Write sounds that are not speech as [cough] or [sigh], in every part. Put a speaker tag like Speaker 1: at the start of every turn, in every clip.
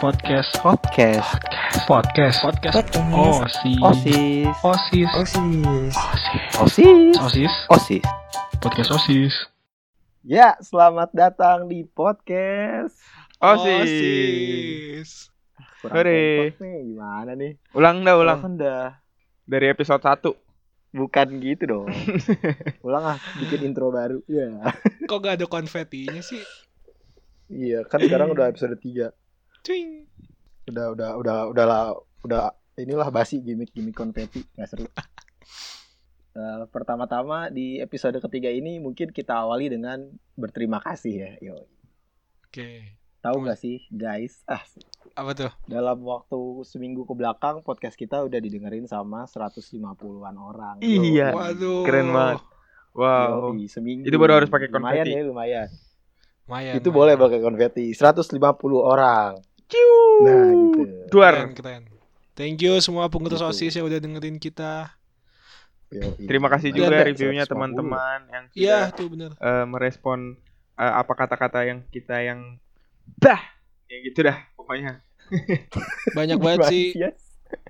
Speaker 1: podcast
Speaker 2: podcast
Speaker 1: podcast podcast
Speaker 3: Oh,
Speaker 1: osis
Speaker 3: iya.
Speaker 2: osis
Speaker 1: osis
Speaker 4: Osis.
Speaker 2: osis
Speaker 1: osis
Speaker 2: osis
Speaker 1: podcast osis
Speaker 4: Ya, selamat datang di podcast.
Speaker 3: Oh,
Speaker 4: Oh,
Speaker 3: Osis.
Speaker 4: Kurang
Speaker 3: Hore.
Speaker 4: kompak nih, gimana nih?
Speaker 3: Ulang dah ulang
Speaker 4: Kan dah
Speaker 3: dari episode 1.
Speaker 4: bukan gitu
Speaker 3: [laughs]
Speaker 4: dong. ulang ah, bikin intro baru. Iya.
Speaker 5: Kok gak ada konfetinya sih?
Speaker 4: Iya, kan sekarang udah episode 3.
Speaker 5: Twing.
Speaker 4: Udah udah udah udahlah udah inilah basi gimmick-gimmick konfeti, nggak seru. Eh, pertama-tama di episode ketiga ini mungkin kita awali dengan berterima kasih ya. Yo,
Speaker 5: Oke.
Speaker 4: tahu nggak sih guys? Ah,
Speaker 5: Apa tuh?
Speaker 4: dalam waktu seminggu ke belakang podcast kita udah didengerin sama 150-an orang.
Speaker 3: Iya.
Speaker 5: Waduh.
Speaker 3: Keren banget.
Speaker 4: Wow.
Speaker 3: Wow.
Speaker 4: seminggu.
Speaker 3: Itu baru harus pakai
Speaker 4: Lumayan
Speaker 3: konfeti.
Speaker 4: ya, lumayan.
Speaker 5: Lumayan, Iya,
Speaker 4: itu
Speaker 5: lumayan.
Speaker 4: boleh pakai konfeti. 150 orang.
Speaker 3: Ciu.
Speaker 4: Nah, gitu.
Speaker 5: Keren,
Speaker 3: Duar.
Speaker 5: keren. Thank you semua pengurus
Speaker 4: Gitu.
Speaker 5: osis yang udah dengerin kita.
Speaker 4: Yoi.
Speaker 3: Terima kasih
Speaker 5: Dan-
Speaker 3: juga
Speaker 5: dan-
Speaker 3: reviewnya
Speaker 4: 150.
Speaker 3: teman-teman yang
Speaker 5: Iya,
Speaker 3: sudah
Speaker 5: tuh bener.
Speaker 3: eh, merespon eh, apa kata-kata yang kita yang dah ya gitu dah pokoknya. [laughs]
Speaker 5: Banyak banget sih,
Speaker 4: Yes.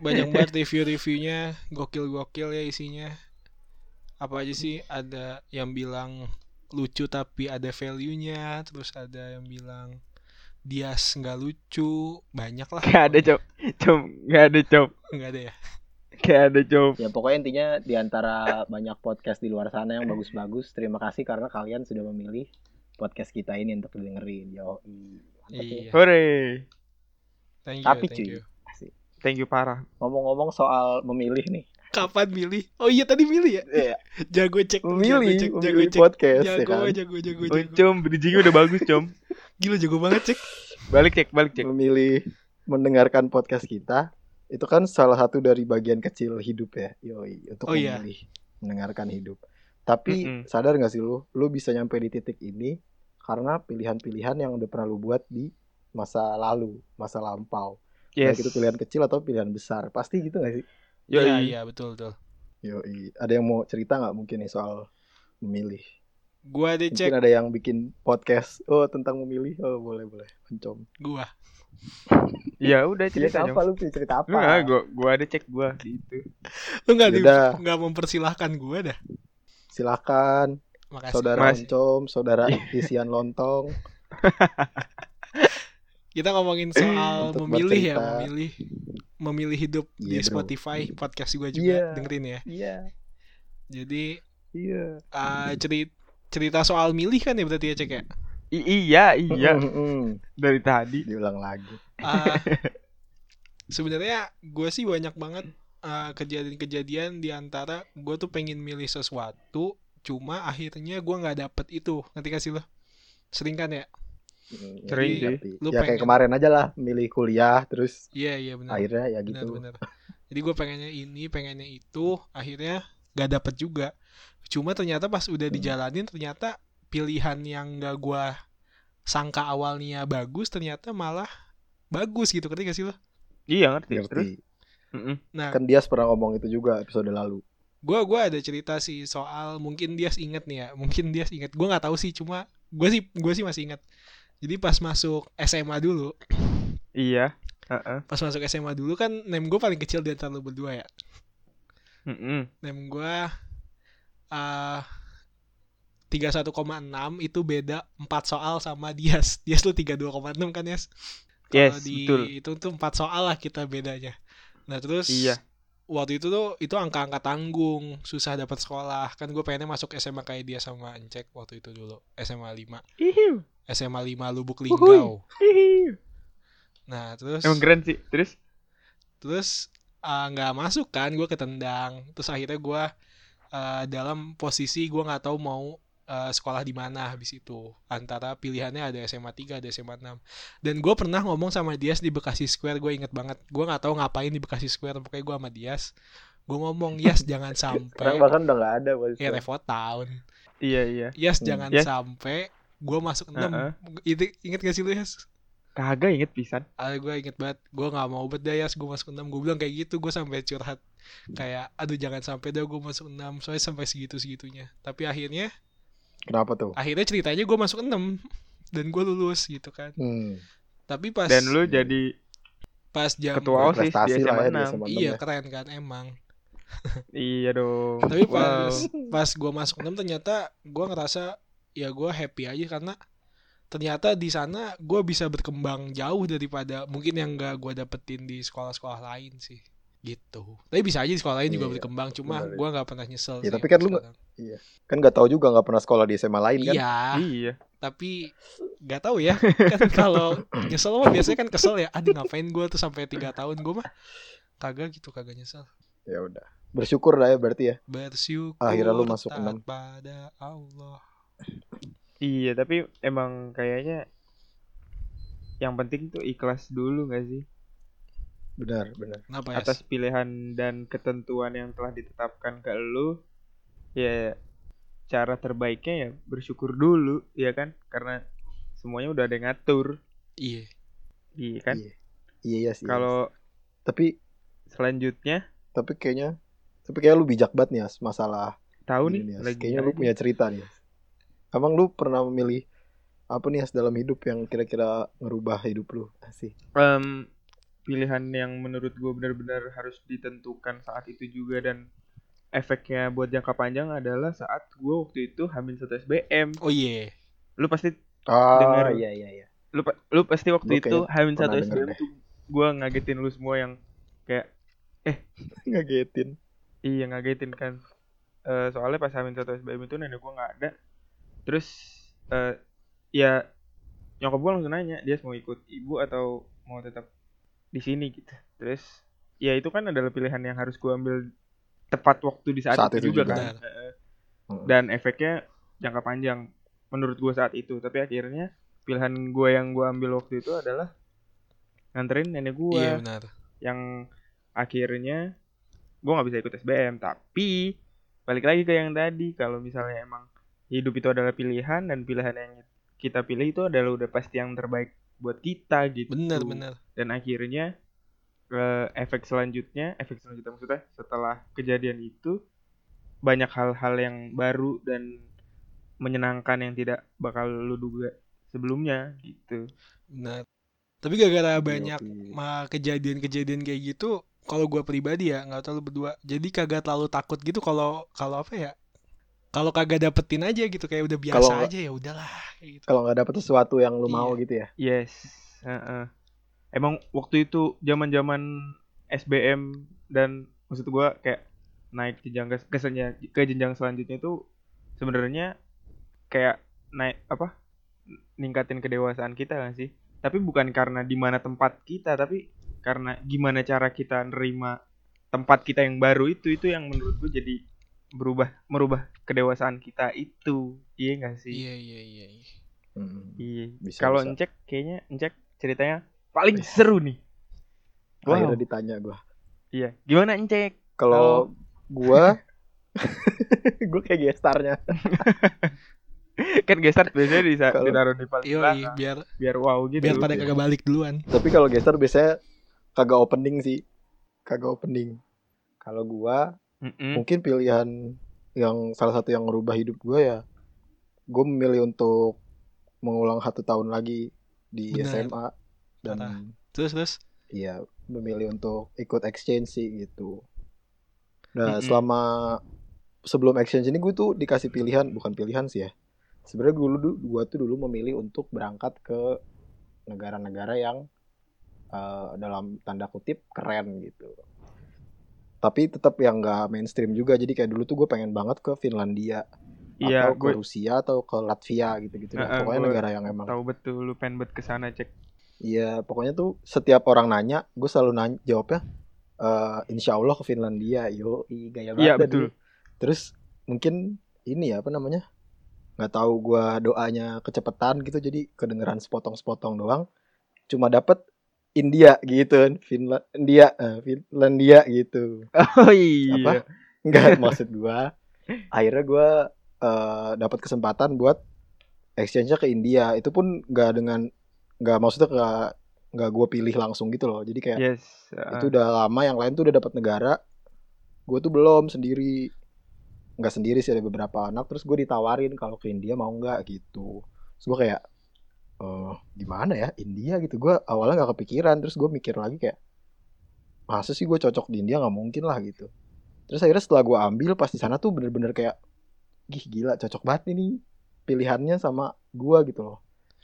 Speaker 5: banyak banget review-reviewnya, gokil-gokil ya isinya. Apa aja sih? Ada yang bilang lucu tapi ada value-nya, terus ada yang bilang Dias nggak lucu, banyak lah.
Speaker 3: Gak ada cop. Cop gak ada cop.
Speaker 5: Nggak ada ya?
Speaker 3: Gak ada cop.
Speaker 4: Ya pokoknya intinya di antara banyak podcast di luar sana yang bagus-bagus, terima kasih karena kalian sudah memilih podcast kita ini untuk didengerin. ya. Yo.
Speaker 5: Iya.
Speaker 3: Hore.
Speaker 5: Thank you,
Speaker 4: Tapi,
Speaker 5: thank
Speaker 4: cuy.
Speaker 5: you.
Speaker 3: Thank you parah.
Speaker 4: Ngomong-ngomong soal memilih nih.
Speaker 5: Kapan milih? Oh iya tadi milih ya?
Speaker 4: Iya,
Speaker 5: Jago cek, jago
Speaker 4: memilih,
Speaker 5: cek, jago
Speaker 4: memilih
Speaker 5: cek.
Speaker 4: podcast ya
Speaker 5: Jago,
Speaker 4: kan.
Speaker 5: jago, jago,
Speaker 3: Oh,
Speaker 5: jago.
Speaker 3: com bridgingnya udah bagus com.
Speaker 5: Gila jago banget cek.
Speaker 3: Balik cek balik
Speaker 4: Nah,
Speaker 3: cek.
Speaker 4: memilih mendengarkan podcast kita itu kan salah satu dari bagian kecil hidup ya yoi untuk
Speaker 5: Oh, iya.
Speaker 4: memilih mendengarkan hidup tapi
Speaker 3: Mm-mm.
Speaker 4: sadar nggak sih lu lu bisa nyampe di titik ini karena pilihan-pilihan yang udah pernah lu buat di masa lalu masa lampau
Speaker 3: Yes.
Speaker 4: baik itu pilihan kecil atau pilihan besar pasti gitu nggak sih
Speaker 3: Yoi.
Speaker 5: Iya iya betul betul.
Speaker 4: yoi ada yang mau cerita nggak mungkin nih soal memilih
Speaker 5: Gua deh
Speaker 4: mungkin
Speaker 5: cek
Speaker 4: ada yang bikin podcast oh tentang memilih oh boleh boleh mencom
Speaker 5: gua.
Speaker 3: Ya udah cerita
Speaker 4: cerita apa
Speaker 3: Jom.
Speaker 4: lu Gitu. cerita apa
Speaker 3: Lu nggak, gua gua ada cek gua di itu.
Speaker 5: Lu enggak di
Speaker 4: Yaudah.
Speaker 5: enggak mempersilahkan gua dah.
Speaker 4: silakan
Speaker 5: Makasih.
Speaker 4: saudara
Speaker 3: Mas. Iya.
Speaker 4: oncom, saudara isian lontong.
Speaker 5: Kita
Speaker 4: [clears throat]
Speaker 5: ngomongin soal
Speaker 4: Untuk
Speaker 5: memilih ya,
Speaker 4: bercerita.
Speaker 5: memilih memilih hidup di
Speaker 4: Iya, bro.
Speaker 5: Spotify podcast gua juga
Speaker 4: Iya.
Speaker 5: dengerin ya.
Speaker 4: Iya,
Speaker 5: Jadi
Speaker 4: iya.
Speaker 5: eh cerita cerita soal milih kan ya berarti ya cek
Speaker 4: [laughs]
Speaker 5: ya.
Speaker 3: I- iya iya
Speaker 4: Mm-mm.
Speaker 3: dari tadi.
Speaker 4: Diulang lagi.
Speaker 5: Eh, sebenarnya gue sih banyak banget eh, kejadian-kejadian di antara gue tuh pengen milih sesuatu cuma akhirnya gue nggak dapet itu ngerti gak sih lo sering kan ya
Speaker 4: Mm, ngerti,
Speaker 3: Sering sih.
Speaker 4: ngerti.
Speaker 5: Iya, Lu
Speaker 4: Ya kayak
Speaker 5: pengen.
Speaker 4: kemarin aja lah, milih kuliah terus
Speaker 5: iya iya benar
Speaker 4: akhirnya ya
Speaker 5: benar
Speaker 4: gitu.
Speaker 5: benar jadi gue pengennya ini pengennya itu akhirnya nggak dapet juga cuma ternyata pas udah
Speaker 4: Hmm.
Speaker 5: dijalanin ternyata pilihan yang nggak gue sangka awalnya bagus ternyata malah bagus gitu ngerti gak sih lo
Speaker 3: Iya ngerti.
Speaker 4: Ngerti.
Speaker 3: Terus? Mm-mm.
Speaker 5: nah
Speaker 4: Kan dia pernah ngomong itu juga episode lalu.
Speaker 5: gua gua ada cerita sih soal mungkin dia inget nih ya mungkin dia inget gua nggak tahu sih cuma gue sih gue sih masih inget jadi pas masuk SMA dulu
Speaker 3: Iya. Heeh.
Speaker 5: pas masuk SMA dulu kan name gue paling kecil di antara lu berdua ya
Speaker 3: Mm-mm.
Speaker 5: name gue ah, tiga 31,6 itu beda 4 soal sama Dias Dias lu 32,6 kan Yes Kalau
Speaker 3: Yes,
Speaker 5: di
Speaker 3: betul.
Speaker 5: itu tuh 4 soal lah kita bedanya nah terus
Speaker 3: Iya.
Speaker 5: waktu itu tuh itu angka-angka tanggung susah dapat sekolah kan gue pengennya masuk SMA kayak dia sama Encek waktu itu dulu SMA 5
Speaker 3: Ihiu.
Speaker 5: SMA 5 Lubuk Linggau
Speaker 3: Ihiu.
Speaker 5: nah terus
Speaker 3: Emang keren sih. Terus?
Speaker 5: terus ah, nggak masuk kan gue ketendang terus akhirnya gue ah, dalam posisi gue nggak tahu mau ah, sekolah di mana habis itu antara pilihannya ada SMA 3 ada SMA 6 dan gue pernah ngomong sama Dias di Bekasi Square gue inget banget gue nggak tahu ngapain di Bekasi Square pokoknya gue sama Dias gue ngomong Yes jangan
Speaker 4: Sekarang
Speaker 5: sampai
Speaker 4: bahkan udah nggak ada Mas.
Speaker 5: ya repot tahun
Speaker 3: Iya iya.
Speaker 5: Yes,
Speaker 4: Hmm.
Speaker 5: jangan
Speaker 3: Yes.
Speaker 5: sampai gue masuk 6
Speaker 3: Heeh.
Speaker 5: Itu inget gak sih lu Yes?
Speaker 3: Kagak inget pisan.
Speaker 5: Ah, gue inget banget, gue gak mau bet dah Yes, gue masuk 6 Gue bilang kayak gitu, gue sampai curhat Kayak, aduh jangan sampai dah gue masuk 6 Soalnya sampai segitu-segitunya Tapi akhirnya,
Speaker 4: Kenapa tuh?
Speaker 5: akhirnya ceritanya gue masuk 6 Dan gue lulus gitu kan
Speaker 4: Hmm.
Speaker 5: Tapi pas,
Speaker 3: Dan lu jadi
Speaker 5: pas jam
Speaker 3: Ketua OSIS di
Speaker 4: prestasi lah ya
Speaker 3: SMA
Speaker 4: di
Speaker 3: 6.
Speaker 4: SMA
Speaker 5: iya
Speaker 4: 6 ya.
Speaker 5: keren kan emang
Speaker 3: Iya dong.
Speaker 5: tapi
Speaker 3: Wow.
Speaker 5: pas pas gue masuk 6 ternyata gue ngerasa ya gue happy aja karena ternyata di sana gue bisa berkembang jauh daripada mungkin yang gak gue dapetin di sekolah-sekolah lain sih gitu tapi bisa aja di sekolah lain juga
Speaker 4: Iya,
Speaker 5: berkembang cuma
Speaker 4: benar.
Speaker 5: gue nggak pernah nyesel
Speaker 4: Ya,
Speaker 5: sih
Speaker 4: tapi kan lu
Speaker 5: sampai sekarang.
Speaker 4: kan nggak tahu juga nggak pernah sekolah di SMA lain kan
Speaker 5: iya
Speaker 3: Iya.
Speaker 5: tapi nggak tahu ya [laughs] kan kalau nyesel mah biasanya kan kesel ya aduh ngapain gue tuh sampai tiga tahun gue mah kagak gitu kagak nyesel
Speaker 4: ya udah bersyukur lah ya berarti ya
Speaker 5: bersyukur
Speaker 4: Akhirnya lu masuk
Speaker 5: taat
Speaker 4: enam.
Speaker 5: pada Allah
Speaker 3: Iya, tapi emang kayaknya yang penting tuh ikhlas dulu gak sih?
Speaker 4: benar benar
Speaker 5: kenapa ya
Speaker 3: Atas pilihan dan ketentuan yang telah ditetapkan ke lu. Ya cara terbaiknya ya bersyukur dulu, ya kan? Karena semuanya udah ada yang ngatur.
Speaker 5: iya
Speaker 3: Iya kan?
Speaker 4: iya iya iya sih
Speaker 3: Kalau
Speaker 4: tapi
Speaker 3: selanjutnya
Speaker 4: tapi kayaknya tapi kayak lu bijak banget nih As, masalah
Speaker 3: tahu nih,
Speaker 4: ini, As.
Speaker 3: lagi
Speaker 4: kayaknya lu
Speaker 3: ada
Speaker 4: punya cerita nih As. emang lu pernah memilih apa nih As, dalam hidup yang kira-kira ngerubah hidup lu sih
Speaker 3: Em, pilihan yang menurut gue benar-benar harus ditentukan saat itu juga dan efeknya buat jangka panjang adalah saat gue waktu itu hamil satu SBM.
Speaker 5: oh iya
Speaker 3: Lu pasti
Speaker 4: ah
Speaker 3: Dengar.
Speaker 4: iya iya iya
Speaker 3: lu pa- lu pasti
Speaker 4: Gua
Speaker 3: waktu itu hamil
Speaker 4: pernah
Speaker 3: satu
Speaker 4: denger
Speaker 3: SBM
Speaker 4: deh.
Speaker 3: tuh gue ngagetin lu semua yang kayak
Speaker 4: [laughs] ngagetin
Speaker 3: iya ngagetin kan. Eh, soalnya pas hamil satu SBM itu nenek gue nggak ada. Terus eh, ya nyokap gue langsung nanya dia mau ikut ibu atau mau tetap di sini gitu. Terus ya itu kan adalah pilihan yang harus gue ambil tepat waktu di saat,
Speaker 4: Saat
Speaker 3: itu,
Speaker 4: itu
Speaker 3: juga,
Speaker 4: juga.
Speaker 3: kan. Eh,
Speaker 4: Mm.
Speaker 3: Dan efeknya jangka panjang menurut gue saat itu. Tapi akhirnya pilihan gue yang gue ambil waktu itu adalah nganterin nenek gue
Speaker 5: iya benar
Speaker 3: yang akhirnya gue nggak bisa ikut SBM tapi balik lagi ke yang tadi kalau misalnya emang hidup itu adalah pilihan dan pilihan yang kita pilih itu adalah udah pasti yang terbaik buat kita gitu
Speaker 5: benar benar
Speaker 3: dan akhirnya eh, efek selanjutnya efek selanjutnya maksudnya setelah kejadian itu banyak hal-hal yang baru dan menyenangkan yang tidak bakal lu duga sebelumnya gitu
Speaker 5: benar tapi gara-gara
Speaker 4: Iya,
Speaker 5: banyak
Speaker 4: Yopi.
Speaker 5: ma- kejadian-kejadian kayak gitu kalau gue pribadi ya nggak terlalu berdua jadi kagak terlalu takut gitu kalau kalau apa ya kalau kagak dapetin aja gitu kayak udah biasa
Speaker 4: Kalau-
Speaker 5: aja ya udahlah kayak gitu
Speaker 4: kalau nggak dapet sesuatu yang lu
Speaker 5: Iya.
Speaker 4: mau gitu ya
Speaker 3: Yes. heeh. Emang waktu itu zaman-zaman SBM dan maksud gua kayak naik jenjang ke, ke, senja- ke jenjang selanjutnya itu sebenarnya kayak naik apa? ningkatin kedewasaan kita kan sih. Tapi bukan karena di mana tempat kita, tapi karena gimana cara kita nerima tempat kita yang baru itu itu yang menurut gua jadi berubah merubah kedewasaan kita itu. Iya gak sih?
Speaker 5: iya iya iya iya.
Speaker 4: Mm.
Speaker 3: Iya.
Speaker 4: Bisa, bisa.
Speaker 3: Kalau
Speaker 4: Iya.
Speaker 3: Encek kayaknya Encek ceritanya paling seru nih. Wow. Oh.
Speaker 4: akhirnya ditanya gua
Speaker 3: Iya. Gimana Encek?
Speaker 4: kalau
Speaker 3: [laughs]
Speaker 4: gua gua kayak gestarnya
Speaker 3: kan gestar biasanya bisa
Speaker 4: Kalau-
Speaker 3: ditaruh di paling
Speaker 5: Yoi,
Speaker 3: belakang
Speaker 5: biar
Speaker 4: Iya,
Speaker 3: biar wow gitu.
Speaker 5: biar pada kagak balik duluan
Speaker 4: Tapi kalau geser biasanya kagak opening sih. Kagak opening. Kalau gua
Speaker 3: Mm-mm.
Speaker 4: mungkin pilihan yang salah satu yang merubah hidup gua ya gue memilih untuk mengulang satu tahun lagi di
Speaker 5: Benar.
Speaker 4: SMA dan
Speaker 5: Parah. terus terus
Speaker 4: iya memilih untuk ikut exchange sih gitu. Nah,
Speaker 3: Mm-mm.
Speaker 4: selama sebelum exchange ini gue tuh dikasih pilihan, bukan pilihan sih ya. Sebenarnya gue dulu gua tuh dulu memilih untuk berangkat ke negara-negara yang eh, dalam tanda kutip keren gitu. Tapi tetap yang nggak mainstream juga. Jadi kayak dulu tuh gue pengen banget ke Finlandia atau
Speaker 3: Iya,
Speaker 4: ke
Speaker 3: gue
Speaker 4: Rusia atau ke Latvia gitu-gitu. deh.
Speaker 3: Eh, eh,
Speaker 4: Pokoknya
Speaker 3: gua
Speaker 4: negara yang emang
Speaker 3: tahu betul lu pengen buat kesana cek.
Speaker 4: Iya, pokoknya tuh setiap orang nanya, gue selalu nanya jawabnya, "Eh, insya Allah ke Finlandia, yo, gaya banget.
Speaker 3: Iya
Speaker 4: dah [laughs]
Speaker 3: betul.
Speaker 4: dulu. Terus mungkin ini ya apa namanya? Nggak tahu gue doanya kecepatan gitu, jadi kedengeran sepotong-sepotong doang. Cuma dapet India gitu, kan, Finlandia, eh, Finlandia gitu.
Speaker 3: Oh iya.
Speaker 4: Apa? Enggak maksud gua. Akhirnya gua eh, dapat kesempatan buat exchange-nya ke India. Itu pun enggak dengan enggak maksudnya enggak enggak gua pilih langsung gitu loh. Jadi kayak
Speaker 3: Yes. uh,
Speaker 4: itu udah lama yang lain tuh udah dapat negara. Gue tuh belum sendiri. Enggak sendiri sih ada beberapa anak terus gue ditawarin kalau ke India mau enggak gitu. Terus gue kayak eh, di mana ya India gitu gue awalnya nggak kepikiran terus gue mikir lagi kayak masa sih gue cocok di India nggak mungkin lah gitu terus akhirnya setelah gue ambil pas di sana tuh bener-bener kayak gih gila cocok banget ini pilihannya sama gue gitu loh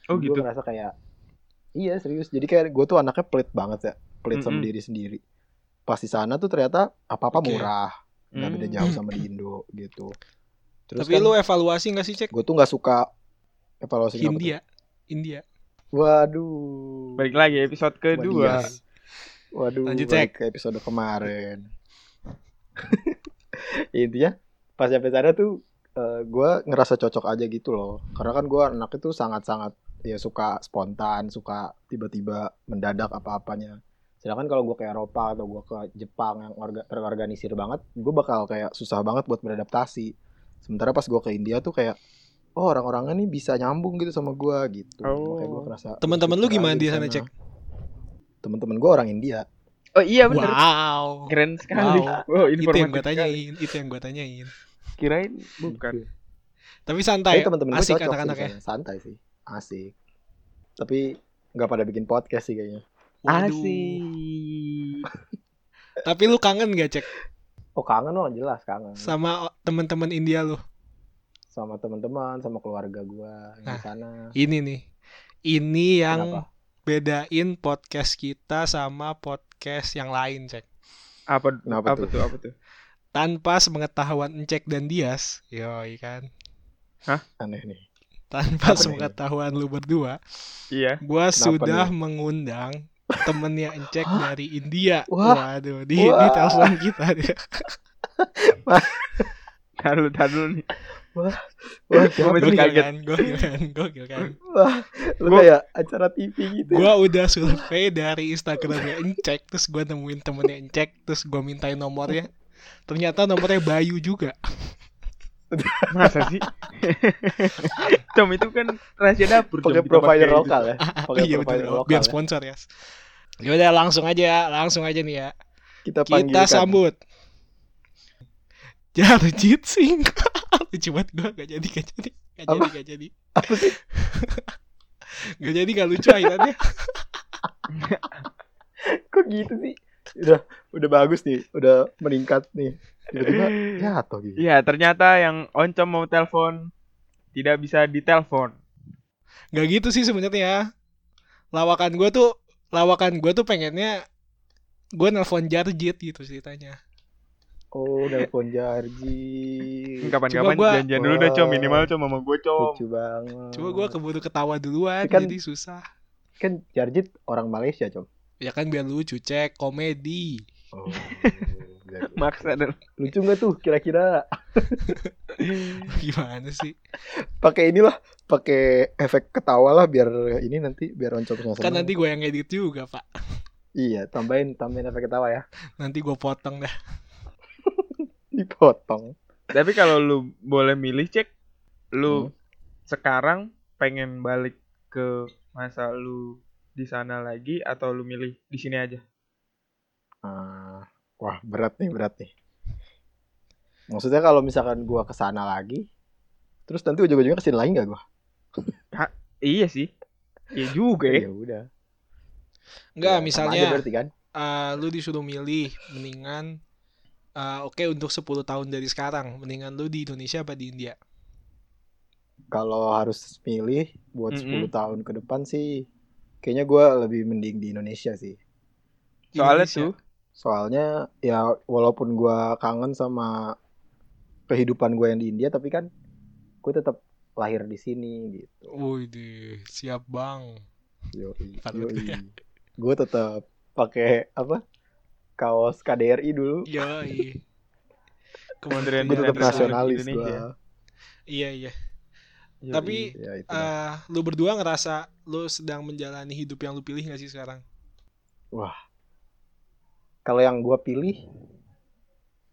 Speaker 3: Oh
Speaker 4: Jadi
Speaker 3: gitu.
Speaker 4: gue ngerasa kayak iya serius jadi kayak gue tuh anaknya pelit banget ya pelit sama
Speaker 3: Mm-mm.
Speaker 4: diri sendiri pas di sana tuh ternyata apa apa
Speaker 5: Oke.
Speaker 4: murah nggak beda
Speaker 3: Hmm.
Speaker 4: jauh sama di Indo gitu terus kan
Speaker 5: Tapi lu evaluasi nggak sih cek
Speaker 4: gue tuh nggak suka evaluasi apa tuh?
Speaker 5: India? India.
Speaker 4: waduh
Speaker 3: Balik lagi episode kedua.
Speaker 4: Yes. Waduh,
Speaker 5: Lanjut,
Speaker 4: balik ke episode kemarin. [laughs] Intinya pas sampai sana tuh gue ngerasa cocok aja gitu loh. Karena kan gue anak itu sangat-sangat ya suka spontan, suka tiba-tiba mendadak apa-apanya. Sedangkan kalau gue ke Eropa atau gue ke Jepang yang orga- terorganisir banget, gue bakal kayak susah banget buat beradaptasi. Sementara pas gue ke India tuh kayak oh orang-orangnya nih bisa nyambung gitu sama gue gitu.
Speaker 3: Oh.
Speaker 4: Makanya gue ngerasa
Speaker 5: Teman-teman lu
Speaker 4: bersyukur
Speaker 5: gimana
Speaker 4: Gitu aja
Speaker 5: di sana, Cek?
Speaker 4: Teman-teman gue orang India.
Speaker 3: Oh iya bener.
Speaker 5: Wow.
Speaker 3: Keren sekali.
Speaker 5: Wow.
Speaker 3: Wow,
Speaker 5: Itu yang gue
Speaker 3: informatif sekali.
Speaker 5: tanyain, itu yang gue tanyain.
Speaker 3: Kirain bukan.
Speaker 5: Tapi
Speaker 4: Tapi
Speaker 5: santai,
Speaker 4: teman-teman gue
Speaker 5: ya? asik ya.
Speaker 4: cocok sih
Speaker 5: anak-anaknya.
Speaker 4: misalnya. santai sih, asik. Tapi nggak pada bikin podcast sih kayaknya.
Speaker 5: Waduh.
Speaker 3: Asik.
Speaker 5: Tapi lu kangen gak cek
Speaker 4: Oh kangen loh jelas kangen
Speaker 5: sama teman-teman India lu?
Speaker 4: sama teman-teman, sama keluarga gue yang di
Speaker 5: Nah.
Speaker 4: sana.
Speaker 5: Ini nih. Ini yang
Speaker 4: Kenapa?
Speaker 5: bedain podcast kita sama podcast yang lain, Cek.
Speaker 3: Apa
Speaker 4: Kenapa
Speaker 3: apa
Speaker 4: tuh?
Speaker 3: tuh? Apa tuh?
Speaker 5: Tanpa sepengetahuan Encek dan Dias, yoi kan.
Speaker 4: Aneh nih.
Speaker 5: Tanpa
Speaker 4: Apa nih?
Speaker 5: sepengetahuan lu berdua,
Speaker 3: Iya.
Speaker 5: gua
Speaker 4: Kenapa
Speaker 5: sudah mengundang temennya Encek
Speaker 4: [gasps]
Speaker 5: dari India.
Speaker 4: Wah.
Speaker 5: Waduh, di
Speaker 4: Wah.
Speaker 5: di telepon kita dia.
Speaker 3: Tahan dulu, tahan dulu nih.
Speaker 4: Wah,
Speaker 3: Gua
Speaker 5: Gokil
Speaker 3: masih kaget.
Speaker 5: kan, gokil kan, gokil kan.
Speaker 4: lu
Speaker 3: Gua-
Speaker 4: kayak acara TV gitu. ya.
Speaker 5: Gua udah survei dari Instagramnya Encek, terus gua nemuin temennya Encek, terus gua mintain nomornya. Ternyata nomornya Bayu juga.
Speaker 3: Masa sih? [laughs] Tom itu kan rahasia dapur. Tom.
Speaker 4: Pakai
Speaker 3: Kita
Speaker 4: provider
Speaker 3: pakai itu.
Speaker 4: lokal ya. Pakai
Speaker 5: [laughs] iya
Speaker 4: provider
Speaker 5: betul.
Speaker 4: lokal.
Speaker 5: Biar
Speaker 4: ya.
Speaker 5: sponsor ya. Ya udah langsung aja, langsung aja nih ya.
Speaker 4: Kita panggil
Speaker 5: Kita sambut. Jarjit Singh. [laughs] Lucu banget gue gak jadi, gak jadi. Gak
Speaker 4: [laughs] Apa?
Speaker 5: jadi, gak jadi. gak jadi gak lucu akhirnya.
Speaker 4: Kok gitu sih? Udah udah bagus nih, udah meningkat nih.
Speaker 3: [laughs]
Speaker 4: Tiba-tiba jatuh gitu.
Speaker 3: Iya, ternyata yang oncom mau telepon tidak bisa ditelepon.
Speaker 5: Gak gitu sih sebenarnya. Lawakan gue tuh, lawakan gue tuh pengennya gue nelfon Jarjit gitu ceritanya.
Speaker 4: Oh, nelpon Jarji.
Speaker 5: Coba
Speaker 3: Kapan-kapan
Speaker 5: gua-
Speaker 3: janjian dulu dah, Com.
Speaker 4: Wah.
Speaker 3: Minimal Com sama gue, Com.
Speaker 4: Lucu banget.
Speaker 5: Cuma gue keburu ketawa duluan,
Speaker 4: Kan-
Speaker 5: jadi susah.
Speaker 4: kan Jarjit orang Malaysia, Com.
Speaker 5: Ya kan biar lucu, cek komedi. [laughs]
Speaker 4: Oh, iya,
Speaker 3: Maksa dan
Speaker 4: lucu nggak tuh kira-kira
Speaker 5: Gimana sih?
Speaker 4: pakai inilah pakai efek ketawa lah biar ini nanti biar oncomnya
Speaker 5: Kan
Speaker 4: seneng.
Speaker 5: nanti gue yang edit juga, Pak.
Speaker 4: iya tambahin tambahin efek ketawa ya
Speaker 5: Nanti gue potong dah.
Speaker 4: dipotong
Speaker 3: Tapi kalau lu boleh milih cek,
Speaker 4: Hmm.
Speaker 3: lu sekarang pengen balik ke masa lu di sana lagi atau lu milih di sini aja?
Speaker 4: Ah, wah berat nih berat nih maksudnya kalau misalkan gua kesana lagi terus nanti ujung-ujungnya kesini lagi nggak gua
Speaker 3: Iya sih. Iya juga ya.
Speaker 4: ya udah
Speaker 5: Enggak,
Speaker 4: Ya, sama
Speaker 5: misalnya
Speaker 4: aja berarti kan
Speaker 5: eh, lu disuruh milih mendingan eh, oke untuk 10 tahun dari sekarang mendingan lu di Indonesia apa di India?
Speaker 4: kalau harus milih buat 10
Speaker 3: Mm-mm.
Speaker 4: tahun ke depan sih kayaknya gua lebih mending di Indonesia sih
Speaker 3: Soalnya
Speaker 5: Indonesia.
Speaker 3: tuh,
Speaker 4: soalnya ya walaupun gua kangen sama kehidupan gua yang di India tapi kan gue tetap lahir di sini gitu
Speaker 5: Wih, siap bang.
Speaker 4: yoi
Speaker 5: Empat
Speaker 4: yoi
Speaker 5: betul ya.
Speaker 4: gue tetap pakai apa kaos KDRI dulu
Speaker 5: Yoi.
Speaker 3: [laughs] Kementerian
Speaker 4: gue tetap
Speaker 3: Iya, Kementerian
Speaker 4: nasionalis
Speaker 3: Indonesia.
Speaker 4: gua
Speaker 5: Iya iya.
Speaker 3: Yoi.
Speaker 5: Tapi
Speaker 4: ya itu dah.
Speaker 5: eh, lu berdua ngerasa lu sedang menjalani hidup yang lu pilih gak sih sekarang?
Speaker 4: kalau yang gua pilih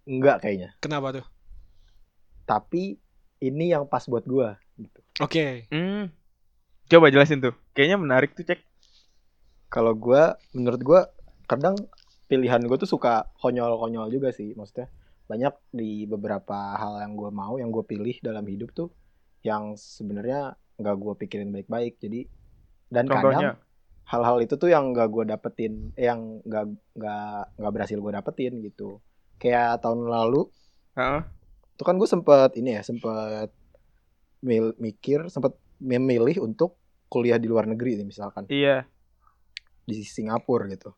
Speaker 4: enggak kayaknya
Speaker 5: Kenapa tuh?
Speaker 4: tapi ini yang pas buat gua gitu
Speaker 5: Oke.
Speaker 3: Hmm. Coba jelasin tuh. Kayaknya menarik tuh cek.
Speaker 4: kalau gua menurut gua kadang pilihan gue tuh suka konyol-konyol juga sih maksudnya banyak di beberapa hal yang gue mau yang gue pilih dalam hidup tuh yang sebenarnya nggak gue pikirin baik-baik jadi dan kadang
Speaker 3: Contohnya,
Speaker 4: hal-hal itu tuh yang gak gue dapetin eh, yang gak gak nggak berhasil gue dapetin gitu kayak tahun lalu
Speaker 3: Heeh.
Speaker 4: itu kan gue sempet ini ya sempet mil- mikir sempet memilih untuk kuliah di luar negeri nih misalkan
Speaker 3: iya.
Speaker 4: di Singapura gitu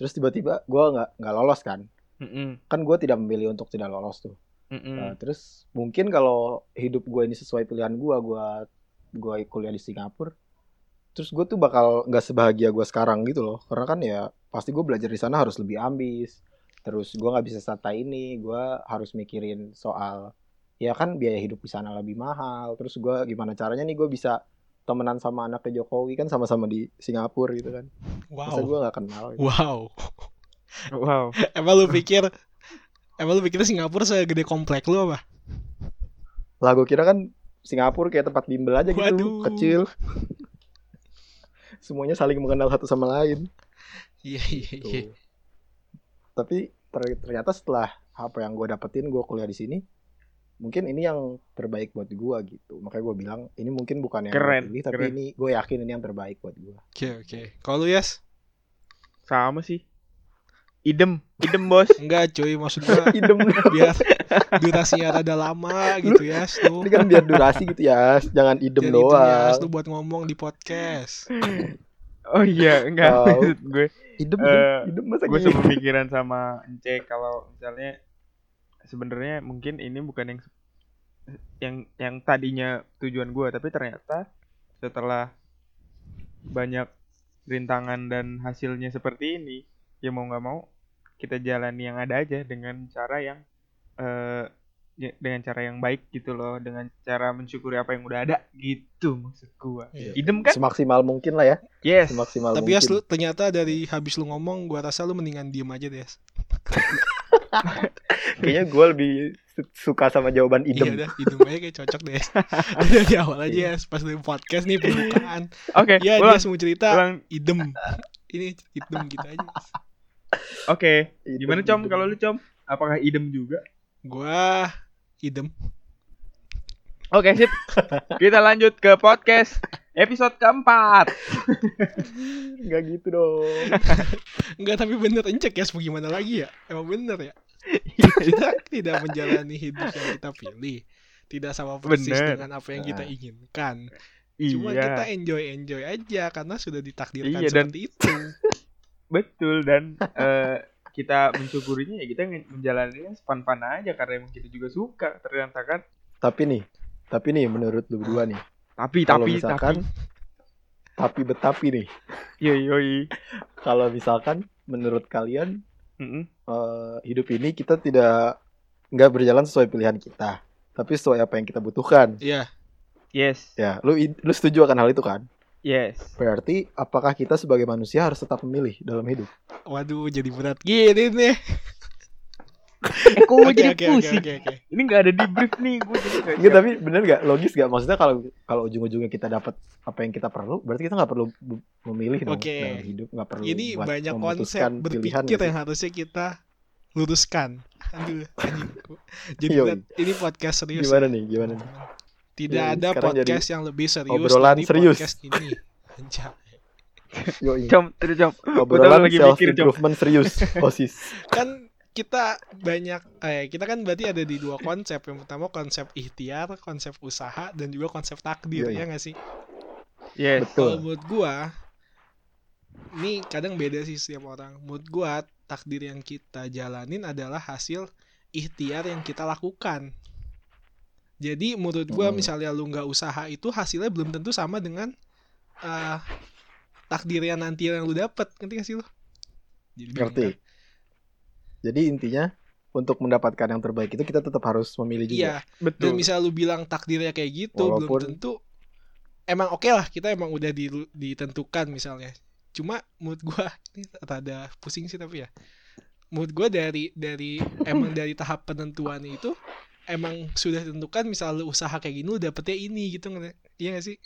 Speaker 4: terus tiba-tiba gue nggak nggak lolos kan
Speaker 3: Mm-mm.
Speaker 4: kan gue tidak memilih untuk tidak lolos tuh
Speaker 3: Mm-mm.
Speaker 4: Nah, terus mungkin kalau hidup gue ini sesuai pilihan gue gue gue kuliah di Singapura terus gue tuh bakal nggak sebahagia gue sekarang gitu loh karena kan ya pasti gue belajar di sana harus lebih ambis terus gue nggak bisa santai ini gue harus mikirin soal ya kan biaya hidup di sana lebih mahal terus gue gimana caranya nih gue bisa temenan sama anaknya Jokowi kan sama-sama di Singapura gitu kan masa
Speaker 5: Wow.
Speaker 4: gue nggak kenal gitu.
Speaker 5: Wow.
Speaker 3: Wow.
Speaker 5: Emang lu pikir Emang lu pikir Singapura segede komplek lu apa?
Speaker 4: lah gue kira kan Singapura kayak tempat bimbel aja gitu
Speaker 5: Waduh.
Speaker 4: kecil semuanya saling mengenal satu sama lain
Speaker 5: Iya iya
Speaker 4: Tuh.
Speaker 5: iya.
Speaker 4: tapi ter- ternyata setelah apa yang gue dapetin gue kuliah di sini mungkin ini yang terbaik buat gue gitu makanya gue bilang ini mungkin bukan yang gua
Speaker 3: Keren,
Speaker 4: pilih, tapi
Speaker 3: keren.
Speaker 4: ini gue yakin ini yang terbaik buat gue
Speaker 5: Oke oke. Kalau lu Yas?
Speaker 3: Sama sih. Idem, idem bos.
Speaker 5: Enggak cuy, maksud gua
Speaker 4: idem
Speaker 5: biar durasinya rada lama gitu Yas
Speaker 4: ini
Speaker 5: tuh.
Speaker 4: kan biar durasi gitu ya jangan
Speaker 5: Dan
Speaker 4: idem
Speaker 5: itu Yas
Speaker 4: doang
Speaker 5: tuh buat ngomong di podcast.
Speaker 3: Oh iya, enggak.
Speaker 4: Wow.
Speaker 3: Maksud gue,
Speaker 4: idem
Speaker 3: Eh,
Speaker 4: idem, idem masa
Speaker 3: gue
Speaker 4: gini
Speaker 3: sepemikiran sama Ence kalau misalnya sebenarnya mungkin ini bukan yang yang yang tadinya tujuan gue, tapi ternyata setelah banyak rintangan dan hasilnya seperti ini, ya mau nggak mau kita jalani yang ada aja dengan cara yang eh ya- dengan cara yang baik gitu loh, dengan cara mensyukuri apa yang udah ada gitu maksud gua.
Speaker 5: Iya.
Speaker 3: Idem kan?
Speaker 4: semaksimal mungkin lah ya
Speaker 3: Yes.
Speaker 4: semaksimal
Speaker 5: Tapi
Speaker 4: mungkin
Speaker 5: Yas lu ternyata dari habis lu ngomong gua rasa lu mendingan diem aja deh. Yas.
Speaker 4: kayaknya gue lebih su- suka sama jawaban
Speaker 5: Iya
Speaker 4: idem
Speaker 5: udah, hidung aja kayak cocok deh. Dari awal aja Yas, pas dari podcast nih pembukaan.
Speaker 3: Oke,
Speaker 5: Ya dia
Speaker 3: Eh, ulang,
Speaker 5: semua cerita
Speaker 3: ulang.
Speaker 5: idem. Ini idem gitu aja.
Speaker 3: Oke.
Speaker 4: Idem,
Speaker 3: Gimana com?
Speaker 4: idem.
Speaker 3: Kalau lu com, apakah idem juga?
Speaker 5: Gua idem.
Speaker 3: Oke sip. Kita lanjut ke podcast episode keempat.
Speaker 4: Gak gitu dong.
Speaker 5: Enggak tapi bener encek ya mau gimana lagi ya? Emang
Speaker 4: [laughs]
Speaker 5: bener ya? kita tidak menjalani hidup yang kita pilih. Tidak sama persis
Speaker 3: Bener.
Speaker 5: dengan apa yang
Speaker 4: Nah.
Speaker 5: kita inginkan. Cuma kita
Speaker 3: Iya,
Speaker 5: enjoy-enjoy aja karena sudah ditakdirkan
Speaker 3: Iya, dan-
Speaker 5: seperti itu. [laughs]
Speaker 3: betul dan eh, kita mensyukurinya ya kita nge- menjalaninya sepan-pan aja karena emang kita juga suka ternyata kan.
Speaker 4: tapi nih, tapi nih menurut lu berdua nih,
Speaker 3: Tapi
Speaker 4: kalau
Speaker 3: tapi
Speaker 4: misalkan tapi betapi nih,
Speaker 3: tapi yoi yoi.
Speaker 4: kalau misalkan menurut kalian
Speaker 3: Mm-mm.
Speaker 4: eh, hidup ini kita tidak nggak berjalan sesuai pilihan kita, tapi sesuai apa yang kita butuhkan.
Speaker 5: Iya,
Speaker 3: Yes.
Speaker 4: Ya, lu i- lu setuju akan hal itu kan?
Speaker 3: Yes.
Speaker 4: Berarti apakah kita sebagai manusia harus tetap memilih dalam hidup?
Speaker 5: waduh jadi berat gini nih.
Speaker 3: Eh kok gua
Speaker 5: Oke oke
Speaker 3: jadi
Speaker 5: oke
Speaker 3: pusing.
Speaker 5: oke oke.
Speaker 3: Ini nggak ada di brief nih gue jadi nggak-
Speaker 4: Enggak, tapi bener nggak logis nggak? Maksudnya kalau kalau ujung-ujungnya kita dapat apa yang kita perlu, berarti kita nggak perlu bu- memilih dong
Speaker 5: Oke.
Speaker 4: dalam hidup, nggak perlu
Speaker 5: Jadi
Speaker 4: buat
Speaker 5: banyak konsep
Speaker 4: memutuskan pilihan
Speaker 5: berpikir ya,
Speaker 4: gitu.
Speaker 5: yang harusnya kita luruskan. Aduh, anjing. jadi
Speaker 4: Yoi.
Speaker 5: berat. ini podcast serius.
Speaker 4: Gimana nih? Gimana nih?
Speaker 5: Tidak
Speaker 4: Yoi,
Speaker 5: ada
Speaker 4: sekarang jadi
Speaker 5: podcast yang lebih serius
Speaker 4: obrolan
Speaker 5: dari
Speaker 4: serius.
Speaker 5: podcast ini. Anjay.
Speaker 3: [laughs]
Speaker 4: Yoi.
Speaker 3: Com, terus com.
Speaker 4: obrolan
Speaker 3: lagi
Speaker 4: self
Speaker 3: mikir, Jom.
Speaker 4: improvement
Speaker 3: [laughs]
Speaker 4: serius osis
Speaker 5: kan kita banyak eh kita kan berarti ada di dua konsep. Yang pertama konsep ikhtiar, konsep usaha dan juga konsep takdir
Speaker 4: Yoi.
Speaker 5: ya nggak sih?
Speaker 3: Yes.
Speaker 5: Kalau
Speaker 4: betul
Speaker 5: menurut gua ini kadang beda sih setiap orang. Menurut gua takdir yang kita jalanin adalah hasil ikhtiar yang kita lakukan. Jadi menurut gua
Speaker 4: Mm.
Speaker 5: misalnya lu nggak usaha itu hasilnya belum tentu sama dengan eh takdir yang nanti yang lu dapet. Ngerti gak sih lu? Jadi bingung
Speaker 4: ngerti
Speaker 5: kan?
Speaker 4: jadi intinya untuk mendapatkan yang terbaik itu kita tetap harus
Speaker 5: Iya.
Speaker 4: memilih juga Ah,
Speaker 5: Dan
Speaker 3: Betul.
Speaker 5: misalnya lu bilang takdirnya kayak gitu,
Speaker 4: Walaupun-
Speaker 5: belum tentu emang oke lah kita emang udah di- ditentukan misalnya. Cuma menurut gua [laughs] ini rada pusing sih tapi ya. Menurut gua dari dari
Speaker 3: [laughs]
Speaker 5: emang dari tahap penentuan itu emang sudah ditentukan misalnya lu usaha kayak gini lu dapetnya ini gitu ngerti- Iya gak sih?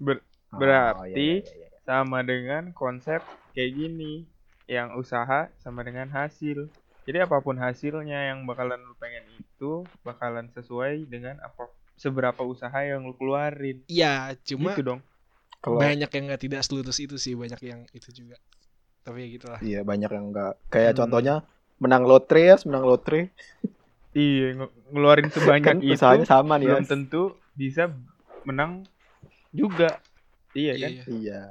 Speaker 3: Ber-
Speaker 4: Oh,
Speaker 3: berarti
Speaker 4: iya, iya, iya, iya.
Speaker 3: sama dengan konsep kayak gini yang usaha sama dengan hasil jadi apapun hasilnya yang bakalan lu pengen itu bakalan sesuai dengan apa seberapa usaha yang lu keluarin
Speaker 5: Iya, cuma
Speaker 3: gitu dong
Speaker 4: Kalau
Speaker 5: banyak yang nggak tidak selurus itu sih banyak yang itu juga tapi ya gitulah
Speaker 4: iya banyak yang enggak kayak
Speaker 3: Hmm.
Speaker 4: contohnya menang lotre ya, menang lotre
Speaker 3: Iya, nge- ngeluarin sebanyak
Speaker 4: kan
Speaker 3: itu
Speaker 4: usahanya sama nih ya.
Speaker 3: gitu, belum tentu bisa menang juga. Iya kan? ya,
Speaker 5: Iya.
Speaker 4: Iya.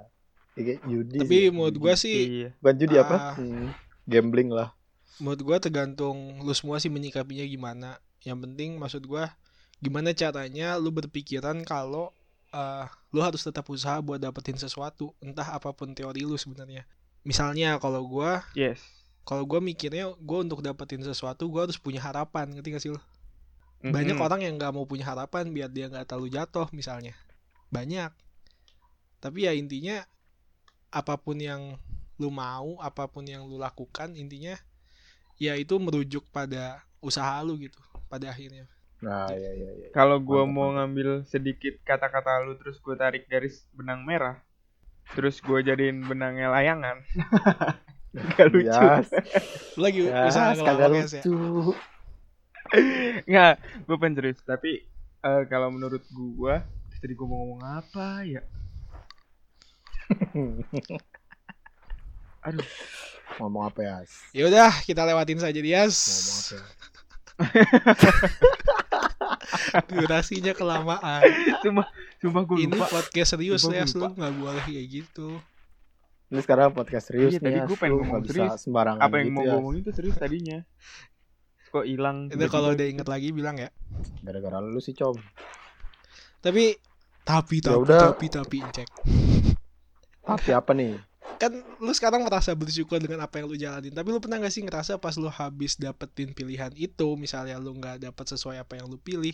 Speaker 4: Iya, judi.
Speaker 5: tapi
Speaker 4: sih.
Speaker 5: menurut gua sih
Speaker 3: Iya.
Speaker 4: bukan judi apa?
Speaker 5: Ah.
Speaker 4: Hmm, Gambling lah.
Speaker 5: menurut gua tergantung lu semua sih menyikapinya gimana yang penting maksud gua gimana caranya lu berpikiran kalau eh, lu harus tetap usaha buat dapetin sesuatu entah apapun teori lu sebenarnya misalnya kalau gua
Speaker 3: Yes.
Speaker 5: kalau gua mikirnya gua untuk dapetin sesuatu gua harus punya harapan ngerti gak sih lu? banyak
Speaker 3: Mm-mm.
Speaker 5: orang yang nggak mau punya harapan biar dia nggak terlalu jatuh misalnya banyak tapi ya intinya apapun yang lu mau apapun yang lu lakukan intinya ya itu merujuk pada usaha lu gitu pada akhirnya
Speaker 4: Nah, iya iya iya.
Speaker 3: Kalau gua
Speaker 4: Mantap,
Speaker 3: mau
Speaker 4: mantap.
Speaker 3: ngambil sedikit kata-kata lu terus gua tarik garis benang merah. Terus gua jadiin
Speaker 4: [laughs]
Speaker 3: benangnya layangan. Gak lucu.
Speaker 4: Yas,
Speaker 5: Lu lagi [laughs]
Speaker 4: yas,
Speaker 5: usaha
Speaker 4: Ya, kagak
Speaker 5: ngelawan ya
Speaker 4: lucu. [laughs]
Speaker 3: Nggak, gue pengen serius. Tapi eh, kalau menurut gua tadi gua mau ngomong apa ya? [laughs] Aduh,
Speaker 4: Ngomong apa ya?
Speaker 5: ya udah kita lewatin saja Dias
Speaker 4: Ngomong apa? ya? Yas?
Speaker 5: durasinya kelamaan
Speaker 3: sumpah, sumpah gue
Speaker 5: ini
Speaker 3: lupa.
Speaker 5: podcast serius
Speaker 3: Lupa,
Speaker 5: Dias lu
Speaker 3: lupa.
Speaker 5: nggak boleh kayak gitu
Speaker 4: Ini sekarang podcast serius
Speaker 3: Iya,
Speaker 4: nih.
Speaker 3: tadi
Speaker 4: Yas.
Speaker 3: gua pengen
Speaker 4: Lu
Speaker 3: ngomong
Speaker 4: nggak bisa
Speaker 3: serius.
Speaker 4: sembarangan
Speaker 3: Apa yang
Speaker 4: gitu,
Speaker 3: mau
Speaker 4: Yas.
Speaker 3: ngomongin itu serius tadinya. Kok hilang?
Speaker 5: itu kalau
Speaker 3: tiba-tiba?
Speaker 5: udah inget lagi bilang ya
Speaker 4: Gara-gara lu sih, Com.
Speaker 5: tapi tapi
Speaker 4: Ya
Speaker 5: tapi
Speaker 4: udah.
Speaker 5: tapi tapi cek
Speaker 4: Tapi apa nih?
Speaker 5: kan lu sekarang merasa bersyukur dengan apa yang lu jalanin tapi lu pernah gak sih ngerasa pas lu habis dapetin pilihan itu misalnya lu nggak dapet sesuai apa yang lu pilih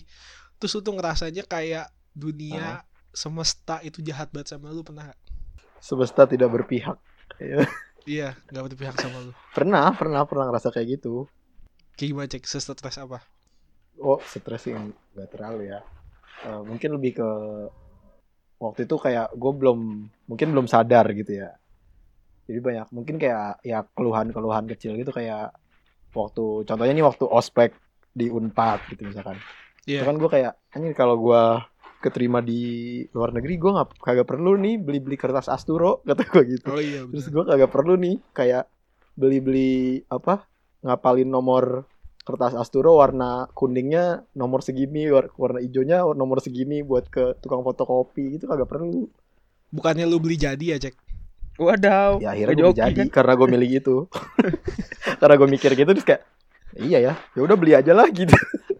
Speaker 5: terus lu tuh ngerasanya kayak dunia semesta itu jahat banget sama lu pernah nggak?
Speaker 4: Semesta tidak berpihak.
Speaker 5: iya nggak berpihak sama lu
Speaker 4: Pernah, pernah, pernah ngerasa kayak gitu.
Speaker 5: kayak gimana cek stres apa
Speaker 4: Oh, stres sih nggak terlalu ya. Eh, mungkin lebih ke waktu itu kayak gue belum mungkin belum sadar gitu ya. Jadi banyak mungkin kayak ya keluhan-keluhan kecil gitu kayak waktu contohnya nih waktu ospek di Unpad gitu misalkan.
Speaker 5: Iya.
Speaker 4: Itu kan gue kayak anjir kalau gue keterima di luar negeri gue nggak kagak perlu nih beli-beli kertas Asturo kata gue gitu.
Speaker 5: oh iya
Speaker 4: Terus
Speaker 5: bener.
Speaker 4: gue kagak perlu nih kayak beli-beli apa ngapalin nomor kertas Asturo warna kuningnya nomor segini war- warna hijaunya nomor segini buat ke tukang fotokopi itu kagak perlu
Speaker 5: bukannya lu beli jadi ya cek
Speaker 3: Wadaw.
Speaker 4: ya akhirnya gue
Speaker 3: Gua joki
Speaker 4: jadi
Speaker 3: kan.
Speaker 4: karena gue milih gitu. itu [laughs] karena gue mikir gitu terus kayak iya ya ya udah beli aja lah gitu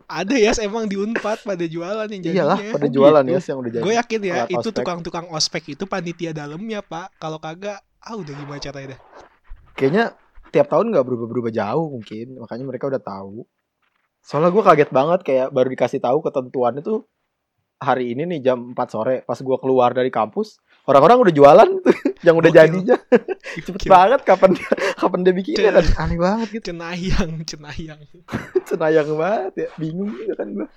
Speaker 5: ada ya emang di unpad pada jualan yang jadinya
Speaker 4: iyalah pada jualan ya yang udah jadi
Speaker 5: gue yakin ya
Speaker 4: alat
Speaker 5: itu
Speaker 4: ospek.
Speaker 5: tukang-tukang ospek itu panitia dalamnya pak kalau kagak ah udah gimana caranya dah
Speaker 4: kayaknya tiap tahun nggak berubah-berubah jauh mungkin makanya mereka udah tahu soalnya gue kaget banget kayak baru dikasih tahu ketentuannya tuh hari ini nih jam 4 sore pas gue keluar dari kampus orang-orang udah jualan tuh [laughs] yang udah
Speaker 5: Gokil.
Speaker 4: jadinya cepet banget kapan dia, kapan dia bikin ya kan [laughs] aneh banget gitu
Speaker 5: cenayang cenayang
Speaker 4: senayang banget ya bingung gitu kan gue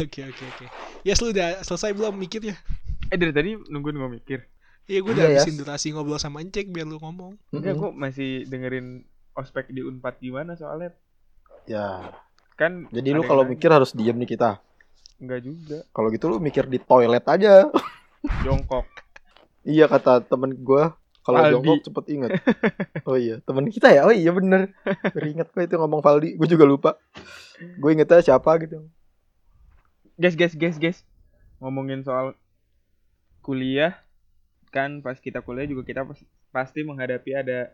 Speaker 5: Oke oke oke. Yes lu udah selesai belum mikirnya?
Speaker 3: Eh dari tadi nungguin gue mikir.
Speaker 5: Iya gue
Speaker 4: Iya,
Speaker 5: udah
Speaker 4: Yas.
Speaker 5: habisin durasi ngobrol sama Encek biar lu ngomong.
Speaker 4: Ya,
Speaker 3: Enggak, gue masih dengerin ospek di Unpad gimana soalnya
Speaker 4: ya
Speaker 3: kan
Speaker 4: jadi lu
Speaker 3: ada
Speaker 4: kalau
Speaker 3: yang-
Speaker 4: mikir harus diem nih kita
Speaker 3: enggak juga
Speaker 4: kalau gitu lu mikir di toilet aja
Speaker 3: jongkok
Speaker 4: Iya kata temen gue kalau
Speaker 3: Faldi.
Speaker 4: jongkok cepet inget. Oh iya temen kita ya. Oh iya bener. Beringat gue itu ngomong Valdi. Gue juga lupa. Gue ingetnya siapa gitu.
Speaker 3: guys guys guys guys ngomongin soal kuliah kan pas kita kuliah juga kita pas- pasti menghadapi ada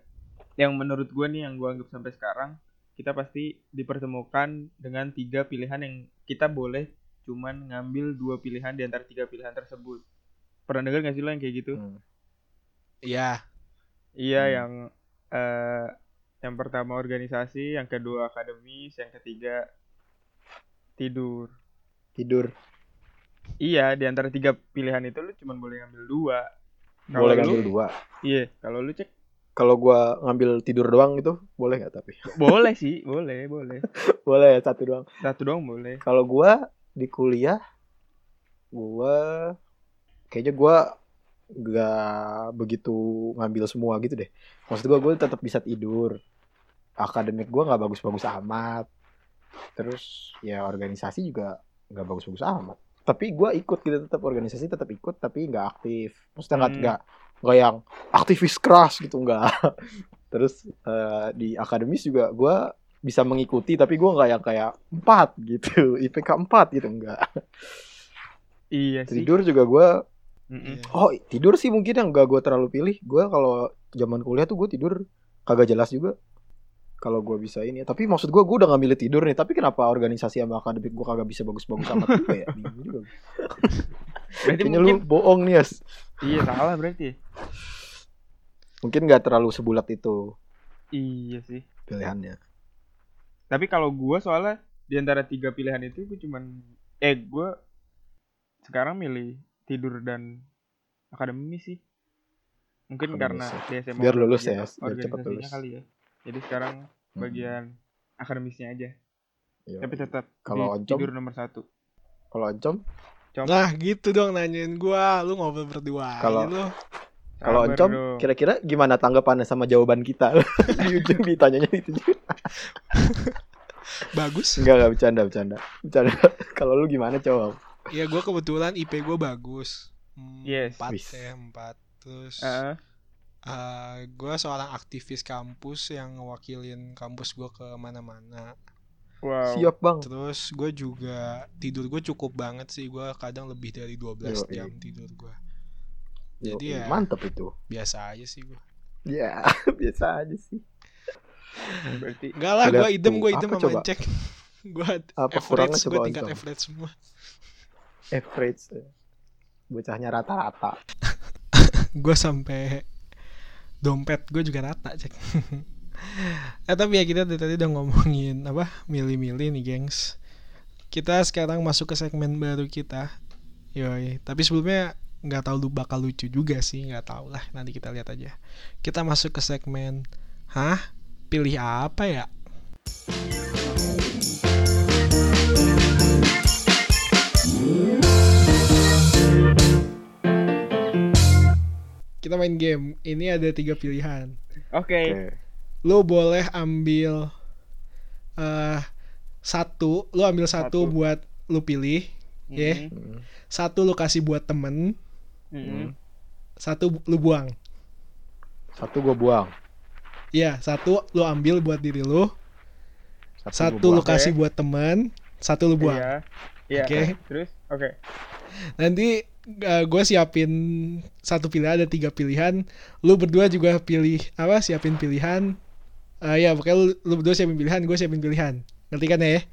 Speaker 3: yang menurut gue nih yang gue anggap sampai sekarang kita pasti dipertemukan dengan tiga pilihan yang kita boleh cuman ngambil dua pilihan di antara tiga pilihan tersebut pernah dengar gak sih lo yang kayak gitu
Speaker 5: Iya.
Speaker 3: Iya
Speaker 4: Hmm.
Speaker 3: yang eh yang pertama organisasi, yang kedua akademis, yang ketiga tidur.
Speaker 4: Tidur.
Speaker 3: Iya, di antara tiga pilihan itu lu cuma boleh ngambil dua. Kalau
Speaker 4: Boleh
Speaker 3: lu-
Speaker 4: ngambil dua.
Speaker 3: Iya, kalau lu cek
Speaker 4: Kalau gue ngambil tidur doang gitu boleh nggak tapi?
Speaker 3: boleh sih, boleh, boleh.
Speaker 4: boleh ya satu doang.
Speaker 3: Satu doang boleh.
Speaker 4: Kalau gue di kuliah, gue kayaknya gue gak begitu ngambil semua gitu deh. Maksud gue gue tetap bisa tidur. Akademik gue nggak bagus-bagus amat. Terus ya organisasi juga nggak bagus-bagus amat. tapi gue ikut gitu tetap organisasi tetap ikut tapi nggak aktif maksudnya nggak
Speaker 3: Hmm.
Speaker 4: nggak nggak yang aktivis keras gitu nggak [laughs] terus eh, di akademis juga gue bisa mengikuti tapi gue nggak yang kayak empat gitu [laughs] IPK 4 gitu enggak
Speaker 3: Iya sih.
Speaker 4: tidur juga gue
Speaker 3: Mm-mm.
Speaker 5: Iya.
Speaker 4: oh tidur sih mungkin yang nggak gue terlalu pilih gue kalau zaman kuliah tuh gue tidur kagak jelas juga kalau gue bisa ini tapi maksud gue gue udah nggak milih tidur nih tapi kenapa organisasi sama akademik gue kagak bisa bagus-bagus amat juga
Speaker 3: [laughs]
Speaker 4: ya Bingung juga.
Speaker 3: Berarti
Speaker 4: kayaknya
Speaker 3: mungkin
Speaker 4: lu bohong nih Yas.
Speaker 3: iya salah berarti.
Speaker 4: mungkin nggak terlalu sebulat itu
Speaker 3: Iya sih.
Speaker 4: pilihannya
Speaker 3: Tapi kalau gua soalnya di antara tiga pilihan itu gue cuman eh gua sekarang milih tidur dan akademi sih. Mungkin
Speaker 4: Akademis ya.
Speaker 3: karena di SMA
Speaker 4: Biar lulus
Speaker 3: bagian
Speaker 4: ya, biar cepet
Speaker 3: organisasinya
Speaker 4: lulus.
Speaker 3: kali ya. Jadi sekarang
Speaker 4: Hmm.
Speaker 3: bagian akademisnya aja.
Speaker 4: Iya.
Speaker 3: ya, Tapi tetap
Speaker 4: Kalau
Speaker 3: di-
Speaker 4: oncom?
Speaker 3: tidur nomor satu.
Speaker 4: kalau oncom
Speaker 5: Nah gitu dong nanyain gua, lu ngobrol berdua.
Speaker 4: Kalau-
Speaker 5: aja lu.
Speaker 4: kalau
Speaker 3: Sabar
Speaker 4: oncom
Speaker 3: dong.
Speaker 4: kira-kira gimana tanggapannya sama jawaban kita [laughs] di ujung ditanyanya itu
Speaker 5: bagus.
Speaker 4: enggak enggak bercanda bercanda bercanda [laughs] kalau lu gimana coba
Speaker 5: Iya gua kebetulan IP gua bagus. Hmm,
Speaker 3: Yes. Uh-uh.
Speaker 5: Empat
Speaker 4: Wis.
Speaker 5: ya empat. Terus
Speaker 3: Heeh.
Speaker 5: eh, gua seorang aktivis kampus yang ngewakilin kampus gua ke mana-mana.
Speaker 3: wow.
Speaker 4: siap bang
Speaker 5: Terus gua juga tidur gua cukup banget sih. gua kadang lebih dari 12
Speaker 4: Yoi.
Speaker 5: jam tidur gua.
Speaker 4: Yoi,
Speaker 5: Jadi ya-
Speaker 4: mantep itu
Speaker 5: Biasa aja sih gua.
Speaker 4: ya [laughs] biasa aja sih
Speaker 3: Berarti
Speaker 5: Enggak lah,
Speaker 4: Ada
Speaker 5: gua idem,
Speaker 4: tuh,
Speaker 5: gua idem
Speaker 4: apa
Speaker 5: sama
Speaker 4: coba?
Speaker 5: cek. [laughs] gua
Speaker 4: Apa kurangnya
Speaker 5: average,
Speaker 4: coba
Speaker 5: gua tingkat
Speaker 4: Oncom?
Speaker 5: average semua. [laughs]
Speaker 4: average eh. bocahnya rata-rata
Speaker 5: Gua sampai dompet gua juga rata cek. [laughs] eh tapi ya kita dari tadi udah ngomongin apa milih-milih nih gengs. Kita sekarang masuk ke segmen baru kita. Yoi, tapi sebelumnya nggak tahu lu bakal lucu juga sih, nggak tahu lah. Nanti kita lihat aja. Kita masuk ke segmen, hah? Pilih apa ya? Kita main game. Ini ada tiga pilihan.
Speaker 3: oke.
Speaker 4: Oke.
Speaker 5: lu boleh ambil eh satu, lu ambil satu,
Speaker 3: Satu.
Speaker 5: buat lu pilih, ya.
Speaker 3: Mm-mm.
Speaker 4: Mm.
Speaker 5: Satu lu kasih buat temen, Mm-hmm.
Speaker 3: Mm-mm.
Speaker 5: satu bu- lu buang.
Speaker 4: satu gue buang
Speaker 5: Iya, satu lu ambil buat diri lu,
Speaker 4: gua
Speaker 5: satu lu
Speaker 4: buang. ya.
Speaker 5: kasih buat temen, satu lu buang.
Speaker 3: Iya. Iya.
Speaker 5: Oke.
Speaker 3: Terus oke.
Speaker 5: Nanti gue siapin satu pilihan ada tiga pilihan, lu berdua juga pilih apa? Siapin pilihan. Eh ya, pokoknya lu, lu berdua siapin pilihan, gue siapin pilihan. Ngerti kan ya?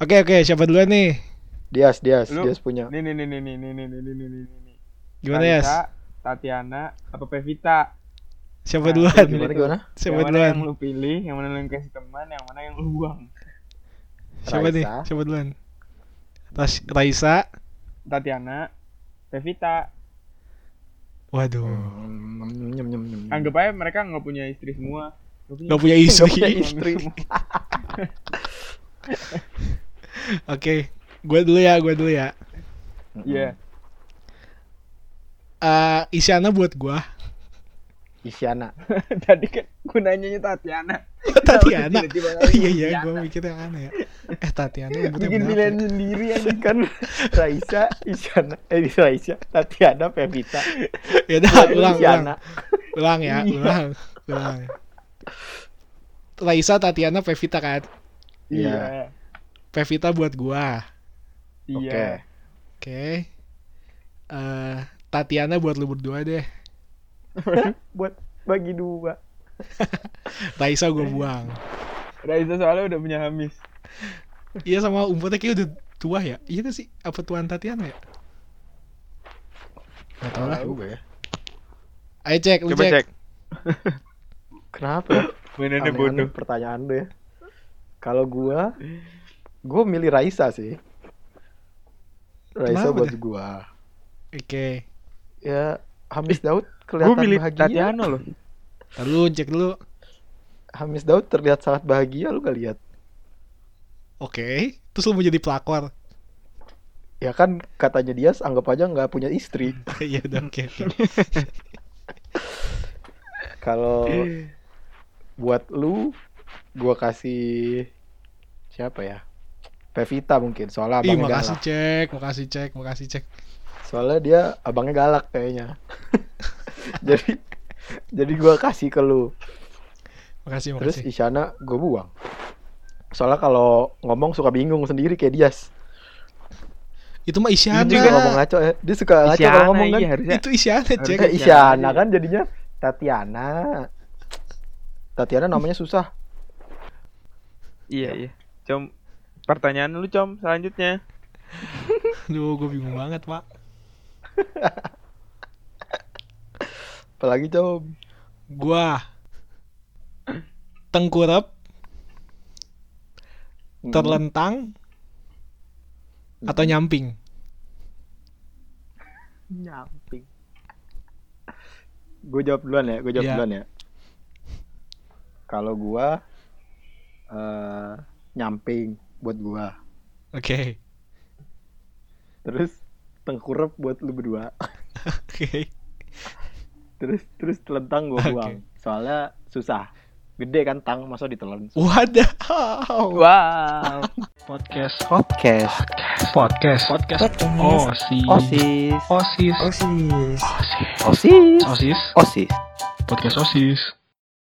Speaker 5: Oke oke, siapa duluan nih?
Speaker 4: Dias Dias
Speaker 3: Lu-
Speaker 4: Dias punya
Speaker 3: Nih nih nih nih nih nih nih nih nih nih nih, nih.
Speaker 5: Gimana ya?
Speaker 3: Talita, Tatiana apa Pevita?
Speaker 5: Siapa
Speaker 3: Nah,
Speaker 5: duluan?
Speaker 3: gimana,
Speaker 4: gimana gimana
Speaker 5: Siapa
Speaker 3: yang mana
Speaker 5: duluan?
Speaker 3: yang lu pilih, yang mana yang lu kasih teman, yang mana yang lu buang?
Speaker 5: Siapa nih?
Speaker 4: Raisa.
Speaker 5: Siapa duluan? Ras- Raisa.
Speaker 3: Tatiana, Pevita.
Speaker 5: Waduh. Hmm,
Speaker 4: Mm, nyem, nyem, nyem, nyem.
Speaker 3: Anggap aja mereka nggak punya istri semua. Nggak
Speaker 5: Gak punya istri. Oke,
Speaker 3: istri. semua.
Speaker 5: gue dulu ya, gue dulu ya.
Speaker 4: Mm-mm.
Speaker 3: Iya. [laughs]
Speaker 5: Eh, Isyana buat gue.
Speaker 4: Isyana
Speaker 3: Tadi kan gue nanyanya Tatiana.
Speaker 5: Tatiana.
Speaker 3: Tiba-tiba
Speaker 5: Oh [laughs] iya iya, gue mikir yang aneh ya. Eh Tatiana umurnya
Speaker 3: Bikin
Speaker 5: berapa?
Speaker 3: pilihan
Speaker 5: ya?
Speaker 3: sendiri aja.
Speaker 4: [laughs] kan Raisa Isyana eh Raisa Tatiana Pevita
Speaker 5: Ya
Speaker 3: [laughs]
Speaker 5: udah, [laughs] ulang, ulang,
Speaker 4: Isyana
Speaker 5: ulang ya,
Speaker 3: Iya.
Speaker 5: ulang, ulang. Raisa, Tatiana, Pevita kan?
Speaker 4: Iya.
Speaker 5: Pevita buat gua.
Speaker 3: Iya.
Speaker 4: Oke.
Speaker 5: Oke. Eh, Tatiana buat lu berdua deh.
Speaker 4: bagi dua
Speaker 5: Raisa
Speaker 3: Eh,
Speaker 5: gue buang.
Speaker 3: Raisa soalnya udah punya Hamis.
Speaker 5: Iya sama umurnya kayak udah tua ya. Iya gak sih? Apa tuan Tatiana ya? Gak tau lah.
Speaker 4: juga ya
Speaker 5: Ayo cek, lu
Speaker 3: Coba
Speaker 5: cek.
Speaker 3: cek.
Speaker 4: kenapa ya
Speaker 3: Mainannya
Speaker 4: Aneh-aneh
Speaker 3: bodoh.
Speaker 4: pertanyaan lu ya kalau gua gua milih Raisa sih Raisa
Speaker 5: Kenapa
Speaker 4: buat
Speaker 5: dah?
Speaker 4: gua
Speaker 5: Oke.
Speaker 4: ya Hamis Daud kelihatan
Speaker 3: Gue Eh, milih
Speaker 4: bahagia
Speaker 3: Tatiana loh.
Speaker 5: Lalu cek dulu.
Speaker 4: Hamis Daud terlihat sangat bahagia lu gak lihat
Speaker 5: Oke. Terus lu mau jadi pelakor. [laughs]
Speaker 4: ya kan katanya dia anggap aja nggak punya istri
Speaker 3: [laughs]
Speaker 5: Iya udah oke. oke.
Speaker 4: kalau buat lu gua kasih siapa ya Pevita mungkin soalnya
Speaker 5: Ih,
Speaker 4: abangnya
Speaker 5: makasih
Speaker 4: galak.
Speaker 5: cek, makasih cek, makasih cek.
Speaker 4: Soalnya dia abangnya galak
Speaker 3: [laughs]
Speaker 4: kayaknya. jadi jadi gua kasih ke lu.
Speaker 5: Makasih,
Speaker 4: Terus
Speaker 5: makasih.
Speaker 4: Isyana gue buang. Soalnya kalau ngomong suka bingung sendiri kayak Dias.
Speaker 5: itu mah
Speaker 4: Dia suka ngomong
Speaker 5: Isyana.
Speaker 4: ngaco ya. Dia suka ngaco
Speaker 3: Iya, Isyana,
Speaker 4: kalau ngomong kan.
Speaker 3: iya, harusnya.
Speaker 5: Itu Isyana, cek.
Speaker 4: Eh,
Speaker 3: Isyana
Speaker 4: Isyana
Speaker 3: aja.
Speaker 4: kan jadinya Tatiana. Tatiana namanya susah. Ya.
Speaker 3: Iya, iya. Com, pertanyaan lu, Com, selanjutnya.
Speaker 5: Aduh, gue bingung banget, Pak.
Speaker 4: Apalagi coba
Speaker 5: Gua tengkurap, terlentang, atau
Speaker 4: Hmm.
Speaker 5: nyamping.
Speaker 4: nyamping. Gue jawab duluan ya, gue jawab
Speaker 5: Iya.
Speaker 4: duluan ya. Kalau gua eh nyamping buat gua.
Speaker 5: Oke. [laughs]
Speaker 4: Terus tengkurap buat lu berdua.
Speaker 5: Oke.
Speaker 4: Terus terus telentang gua
Speaker 5: Oke.
Speaker 4: buang. Soalnya susah. Gede kan tang masa ditelan.
Speaker 5: Wadaw.
Speaker 2: Wow.
Speaker 1: Podcast
Speaker 2: Podcast.
Speaker 1: Podcast Podcast OSIS
Speaker 2: Osis.
Speaker 1: OSIS
Speaker 2: Osis.
Speaker 1: OSIS
Speaker 2: Osis.
Speaker 1: Podcast OSIS